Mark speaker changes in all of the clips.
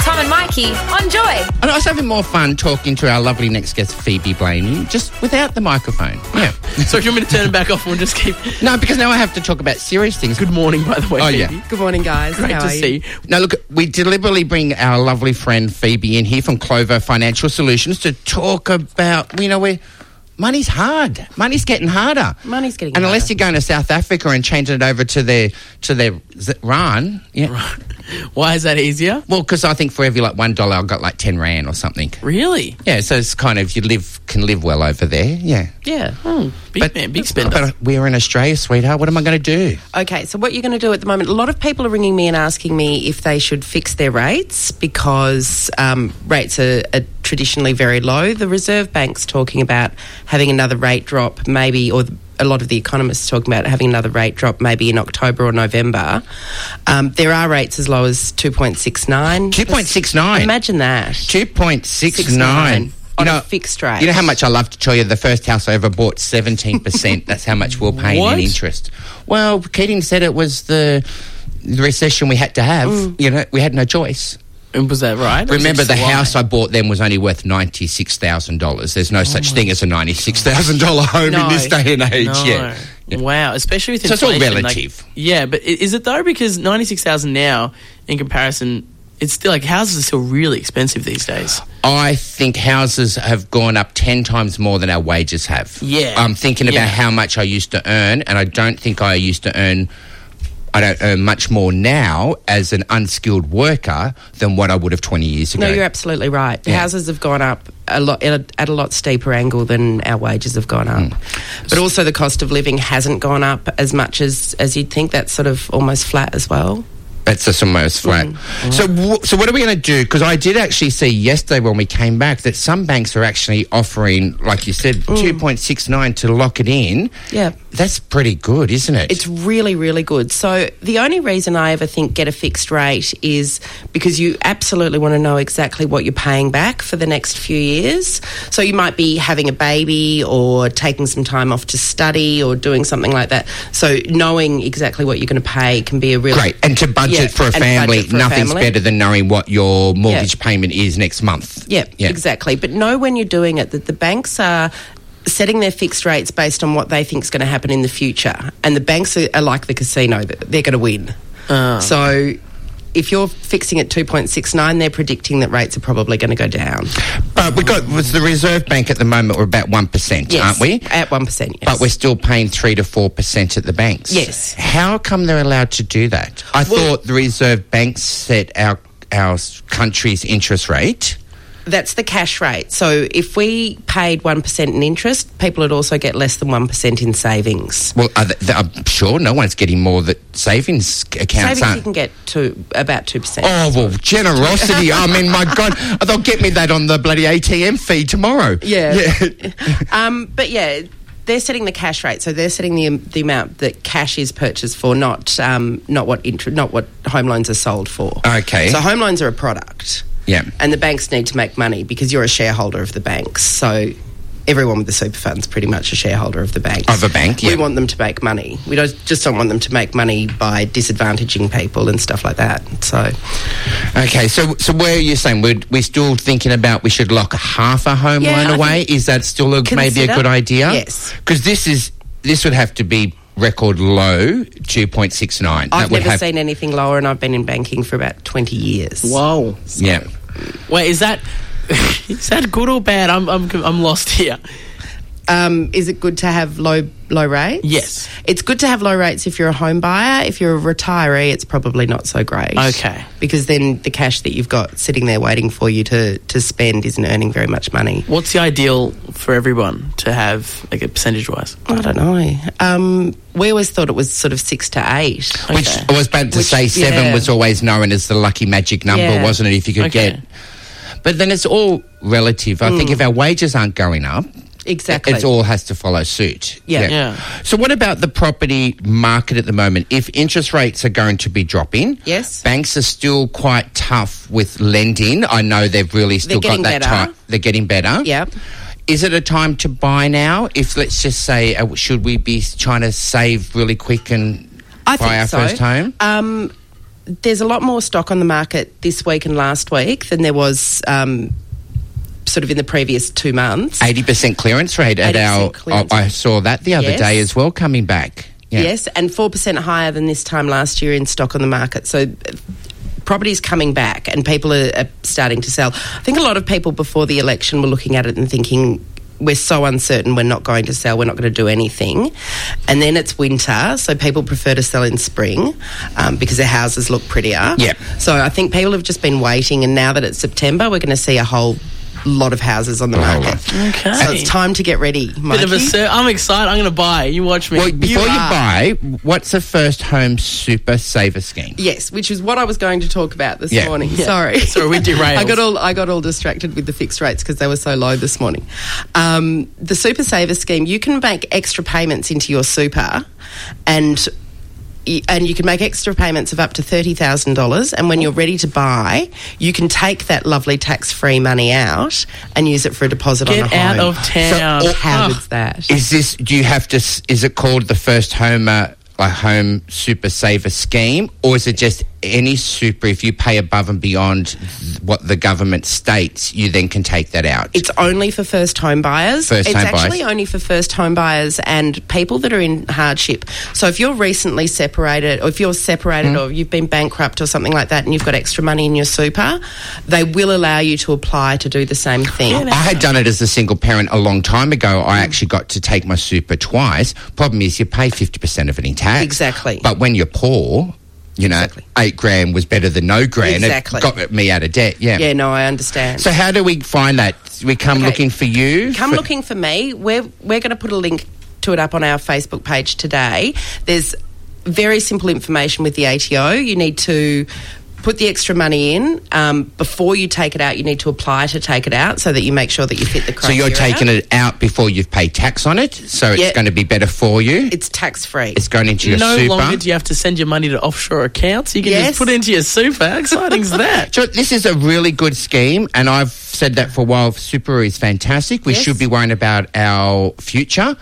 Speaker 1: Tom and Mikey on Joy.
Speaker 2: And I was having more fun talking to our lovely next guest, Phoebe Blaney, just without the microphone. Yeah.
Speaker 3: So if you want me to turn it back off, we'll just keep.
Speaker 2: no, because now I have to talk about serious things.
Speaker 3: Good morning, by the way.
Speaker 2: Oh,
Speaker 3: Phoebe.
Speaker 2: yeah.
Speaker 4: Good morning, guys.
Speaker 3: Great
Speaker 4: How
Speaker 3: to
Speaker 4: are you?
Speaker 3: see. You?
Speaker 2: Now, look, we deliberately bring our lovely friend Phoebe in here from Clover Financial Solutions to talk about, you know, where money's hard. Money's getting harder.
Speaker 4: Money's getting
Speaker 2: And unless
Speaker 4: harder.
Speaker 2: you're going to South Africa and changing it over to their to their z- rand, yeah.
Speaker 3: Why is that easier?
Speaker 2: Well, because I think for every like one dollar, I got like ten rand or something.
Speaker 3: Really?
Speaker 2: Yeah, so it's kind of you live can live well over there. Yeah.
Speaker 3: Yeah. Big man, big spender.
Speaker 2: Hmm. But uh, we're in Australia, sweetheart. What am I going to do?
Speaker 4: Okay, so what you're going to do at the moment? A lot of people are ringing me and asking me if they should fix their rates because um, rates are, are traditionally very low. The Reserve Bank's talking about having another rate drop, maybe, or a lot of the economists are talking about having another rate drop, maybe in October or November. Um, there are rates as low as two point six nine.
Speaker 2: 2.69.
Speaker 4: Imagine that.
Speaker 2: Two point six
Speaker 4: 69.
Speaker 2: nine.
Speaker 4: On a fixed rate.
Speaker 2: You know how much I love to tell you the first house I ever bought, seventeen percent. That's how much we're paying
Speaker 3: What?
Speaker 2: in interest. Well, Keating said it was the the recession we had to have. You know, we had no choice.
Speaker 3: And was that right?
Speaker 2: Remember, the
Speaker 3: Why?
Speaker 2: house I bought then was only worth ninety six thousand dollars. There's no such thing as a ninety six thousand dollar home in this day and age.
Speaker 3: No. Mm.
Speaker 2: Yeah.
Speaker 3: Wow, especially with
Speaker 2: So it's all
Speaker 3: inflation, like-
Speaker 2: relative.
Speaker 3: yeah, but i- is it though? Because ninety six thousand now, in comparison, it's still like houses are still really expensive these days.
Speaker 2: I think houses have gone up 10 times more than our wages have.
Speaker 3: Yeah.
Speaker 2: I'm thinking about
Speaker 3: Yeah.
Speaker 2: how much I used to earn, and I don't think I used to earn. I don't earn much more now as an unskilled worker than what I would have 20 years ago.
Speaker 4: No, you're absolutely right.
Speaker 2: Yeah.
Speaker 4: Houses have gone up a lot at a, at a lot steeper angle than our wages have gone up.
Speaker 2: Hmm.
Speaker 4: But also the cost of living hasn't gone up as much as as you'd think. That's sort of almost flat as well.
Speaker 2: That's just almost flat.
Speaker 4: Mm-hmm.
Speaker 2: So, w- so what are we going to do? Because I did actually see yesterday when we came back that some banks are actually offering, like you said, 2.69 to lock it in.
Speaker 4: Mm. Yeah.
Speaker 2: That's pretty good, isn't it?
Speaker 4: It's really, really good. So the only reason I ever think get a fixed rate is because you absolutely want to know exactly what you're paying back for the next few years. So you might be having a baby or taking some time off to study or doing something like that. So knowing exactly what you're going to pay can be a really
Speaker 2: Great. And to budget
Speaker 4: Yeah,
Speaker 2: for a
Speaker 4: and budget
Speaker 2: family,
Speaker 4: for a
Speaker 2: nothing's
Speaker 4: family.
Speaker 2: better than knowing what your mortgage payment is next month.
Speaker 4: Yeah, exactly. But know when you're doing it that the banks are setting their fixed rates based on what they think is going to happen in the future. And the banks are, are like the casino, th- they're going to win. Ah, So if you're fixing at 2.69, they're predicting that rates are probably going to go down.
Speaker 2: But we got with the Reserve Bank at the moment we're about one percent,
Speaker 4: Yes,
Speaker 2: aren't we?
Speaker 4: At 1%. Yes.
Speaker 2: But we're still paying three to four percent at the banks.
Speaker 4: Yes.
Speaker 2: How come they're allowed to do that? I thought the Reserve Bank set our our s- country's interest rate.
Speaker 4: That's the cash rate. So if we paid 1% in interest, people would also get less than 1% in savings.
Speaker 2: Well, are th- th- I'm sure no one's getting more that savings c- accounts
Speaker 4: Savings you
Speaker 2: aren't.
Speaker 4: can get to about 2%.
Speaker 2: Oh well, generosity. I mean, my God, they'll get me that on the bloody ATM feed tomorrow.
Speaker 4: Yeah. um, but yeah, they're setting the cash rate, so they're setting the the amount that cash is purchased for, not um, not what inter- not what home loans are sold for.
Speaker 2: Okay.
Speaker 4: So home loans are a product.
Speaker 2: Yeah.
Speaker 4: And the banks need to make money because you're a shareholder of the banks. So everyone with the super fund's pretty much a shareholder of the banks.
Speaker 2: Of a bank, yeah.
Speaker 4: We want them to make money. We don't just don't want them to make money by disadvantaging people and stuff like that. So
Speaker 2: Okay, so so where are you saying we're we still thinking about we should lock half a home
Speaker 4: Yeah,
Speaker 2: loan
Speaker 4: I
Speaker 2: away? Is that still a, maybe a
Speaker 4: Consider-
Speaker 2: good idea?
Speaker 4: yes.
Speaker 2: because this is this would have to be record low two point six nine.
Speaker 4: I've
Speaker 2: would
Speaker 4: never
Speaker 2: have-
Speaker 4: seen anything lower, and I've been in banking for about twenty years.
Speaker 3: Whoa.
Speaker 2: Yeah,
Speaker 3: Wait, is that is that good or bad? I'm I'm I'm lost here.
Speaker 4: um, is it good to have low low rates?
Speaker 3: Yes.
Speaker 4: it's good to have low rates if you're a home buyer. If you're a retiree, it's probably not so great.
Speaker 3: Okay.
Speaker 4: because then the cash that you've got sitting there waiting for you to to spend isn't earning very much money.
Speaker 3: What's the ideal for everyone to have, like a percentage wise?
Speaker 4: I don't know. Um, we always thought it was sort of six to eight.
Speaker 2: which I was about to
Speaker 4: Which-
Speaker 2: say seven
Speaker 4: yeah.
Speaker 2: was always known as the lucky magic number,
Speaker 4: Yeah.
Speaker 2: wasn't it? If you could
Speaker 3: Okay.
Speaker 4: Mm.
Speaker 2: get, but then it's all relative. I think if our wages aren't going up,
Speaker 4: Exactly.
Speaker 2: It all has to follow suit.
Speaker 4: Yeah.
Speaker 3: Yeah.
Speaker 2: So what about the property market at the moment? If interest rates are going to be dropping,
Speaker 4: Yes.
Speaker 2: banks are still quite tough with lending. I know they've really still got
Speaker 4: getting
Speaker 2: that
Speaker 4: better.
Speaker 2: tight. They're getting better.
Speaker 4: Yep.
Speaker 2: Is it a time to buy now? If let's just say, uh, should we be trying to save really quick and
Speaker 4: I
Speaker 2: buy
Speaker 4: think
Speaker 2: our
Speaker 4: so.
Speaker 2: first home?
Speaker 4: Um, there's a lot more stock on the market this week and last week than there was um, sort of in the previous two months.
Speaker 2: Eighty percent clearance rate at
Speaker 4: 80%
Speaker 2: our.
Speaker 4: clearance
Speaker 2: I I
Speaker 4: rate.
Speaker 2: saw that the other
Speaker 4: Yes.
Speaker 2: day as well. Coming back. Yeah.
Speaker 4: Yes, and 4% higher than this time last year in stock on the market. So uh, property's coming back and people are, are starting to sell. I think a lot of people before the election were looking at it and thinking, we're so uncertain, we're not going to sell, we're not going to do anything. And then it's winter, so people prefer to sell in spring um, because their houses look prettier.
Speaker 2: Yep.
Speaker 4: So I think people have just been waiting, and now that it's September, we're going to see a whole lot of houses on the
Speaker 2: A whole
Speaker 4: market.
Speaker 3: Okay.
Speaker 4: So it's time to get ready,
Speaker 3: Bit of a
Speaker 4: Mikey.
Speaker 3: sir. I'm excited. I'm going to buy. You watch me.
Speaker 2: Well, before you,
Speaker 4: are.
Speaker 2: buy, what's a first home super saver scheme?
Speaker 4: Yes, which is what I was going to talk about this
Speaker 2: Yeah.
Speaker 4: morning. Sorry,
Speaker 3: Sorry, we derailed.
Speaker 4: I got all I got all distracted with the fixed rates because they were so low this morning. Um, the Super Saver scheme, you can make extra payments into your super, and y- and you can make extra payments of up to thirty thousand dollars. And when you're ready to buy, you can take that lovely tax-free money out and use it for a deposit on a
Speaker 3: Get
Speaker 4: home.
Speaker 3: out of town.
Speaker 2: So, or-
Speaker 4: How
Speaker 3: Ah.
Speaker 4: good's that?
Speaker 2: Is this? Do you have to? s- Is it called the first homer? A home super saver scheme, or is it just any super? If you pay above and beyond th- what the government states, you then can take that out.
Speaker 4: It's only for first home buyers.
Speaker 2: First
Speaker 4: it's
Speaker 2: home buyers.
Speaker 4: actually only for first home buyers and people that are in hardship. So if you're recently separated or if you're separated
Speaker 2: Hmm.
Speaker 4: or you've been bankrupt or something like that and you've got extra money in your super, they will allow you to apply to do the same thing.
Speaker 2: I had done it as a single parent a long time ago. I actually got to take my super twice. Problem is, you pay 50% of it in tax.
Speaker 4: Exactly.
Speaker 2: But when you're poor, you know, eight grand was better than no grand.
Speaker 4: Exactly.
Speaker 2: It got me out of debt, yeah.
Speaker 4: yeah, no, I understand.
Speaker 2: So, how do we find that? We come looking for you?
Speaker 4: Come
Speaker 2: for-
Speaker 4: looking for me. We're we're going to put a link to it up on our Facebook page today. There's very simple information with the ATO. You need to put the extra money in um, before you take it out. You need to apply to take it out so that you make sure that you fit the
Speaker 2: So,
Speaker 4: criteria.
Speaker 2: you're taking it out before you've paid tax on it. So, it's
Speaker 4: Yeah.
Speaker 2: going to be better for you.
Speaker 4: It's tax free.
Speaker 2: It's going into your
Speaker 3: no
Speaker 2: super.
Speaker 3: longer do you have to send your money to offshore accounts. You can
Speaker 4: Yes.
Speaker 3: just put it into your super. How exciting is that?
Speaker 2: So this is a really good scheme, and I've said that for a while. Super is fantastic. We
Speaker 4: Yes.
Speaker 2: should be worrying about our future.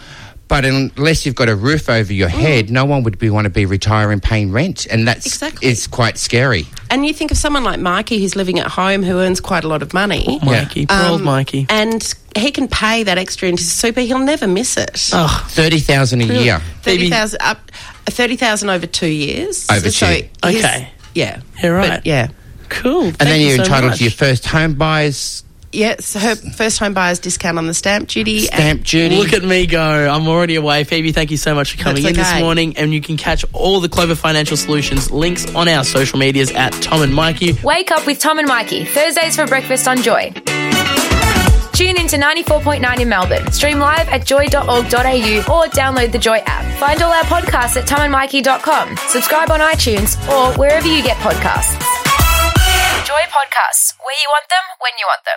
Speaker 2: But unless you've got a roof over your
Speaker 4: Mm.
Speaker 2: head, no one would be want to be retiring paying rent, and that's
Speaker 4: Exactly.
Speaker 2: it's quite scary.
Speaker 4: And you think of someone like Mikey who's living at home who earns quite a lot of money. Um,
Speaker 3: Mikey, poor old Mikey.
Speaker 4: And he can pay that extra into super. He'll never miss it.
Speaker 3: Oh,
Speaker 2: Thirty thousand a year.
Speaker 4: Thirty thousand up, thirty thousand over two years.
Speaker 2: Over
Speaker 4: So
Speaker 2: two.
Speaker 4: his-
Speaker 3: Okay.
Speaker 4: Yeah.
Speaker 3: Yeah, right.
Speaker 4: But, yeah.
Speaker 3: cool.
Speaker 2: And then you're entitled to your first home buyers
Speaker 4: Yes, her first home buyer's discount on the stamp duty.
Speaker 2: stamp duty.
Speaker 3: Look at me go. I'm already away. Phoebe, thank you so much for coming
Speaker 4: That's
Speaker 3: in this
Speaker 4: okay.
Speaker 3: morning. And you can catch all the Clover Financial Solutions links on our social medias at Tom and Mikey.
Speaker 1: Wake up with Tom and Mikey, Thursdays for breakfast on Joy. Tune in to 94.9 in Melbourne. Stream live at joy.org.au or download the Joy app. Find all our podcasts at tomandmikey.com. Subscribe on iTunes or wherever you get podcasts. Joy Podcasts, where you want them, when you want them.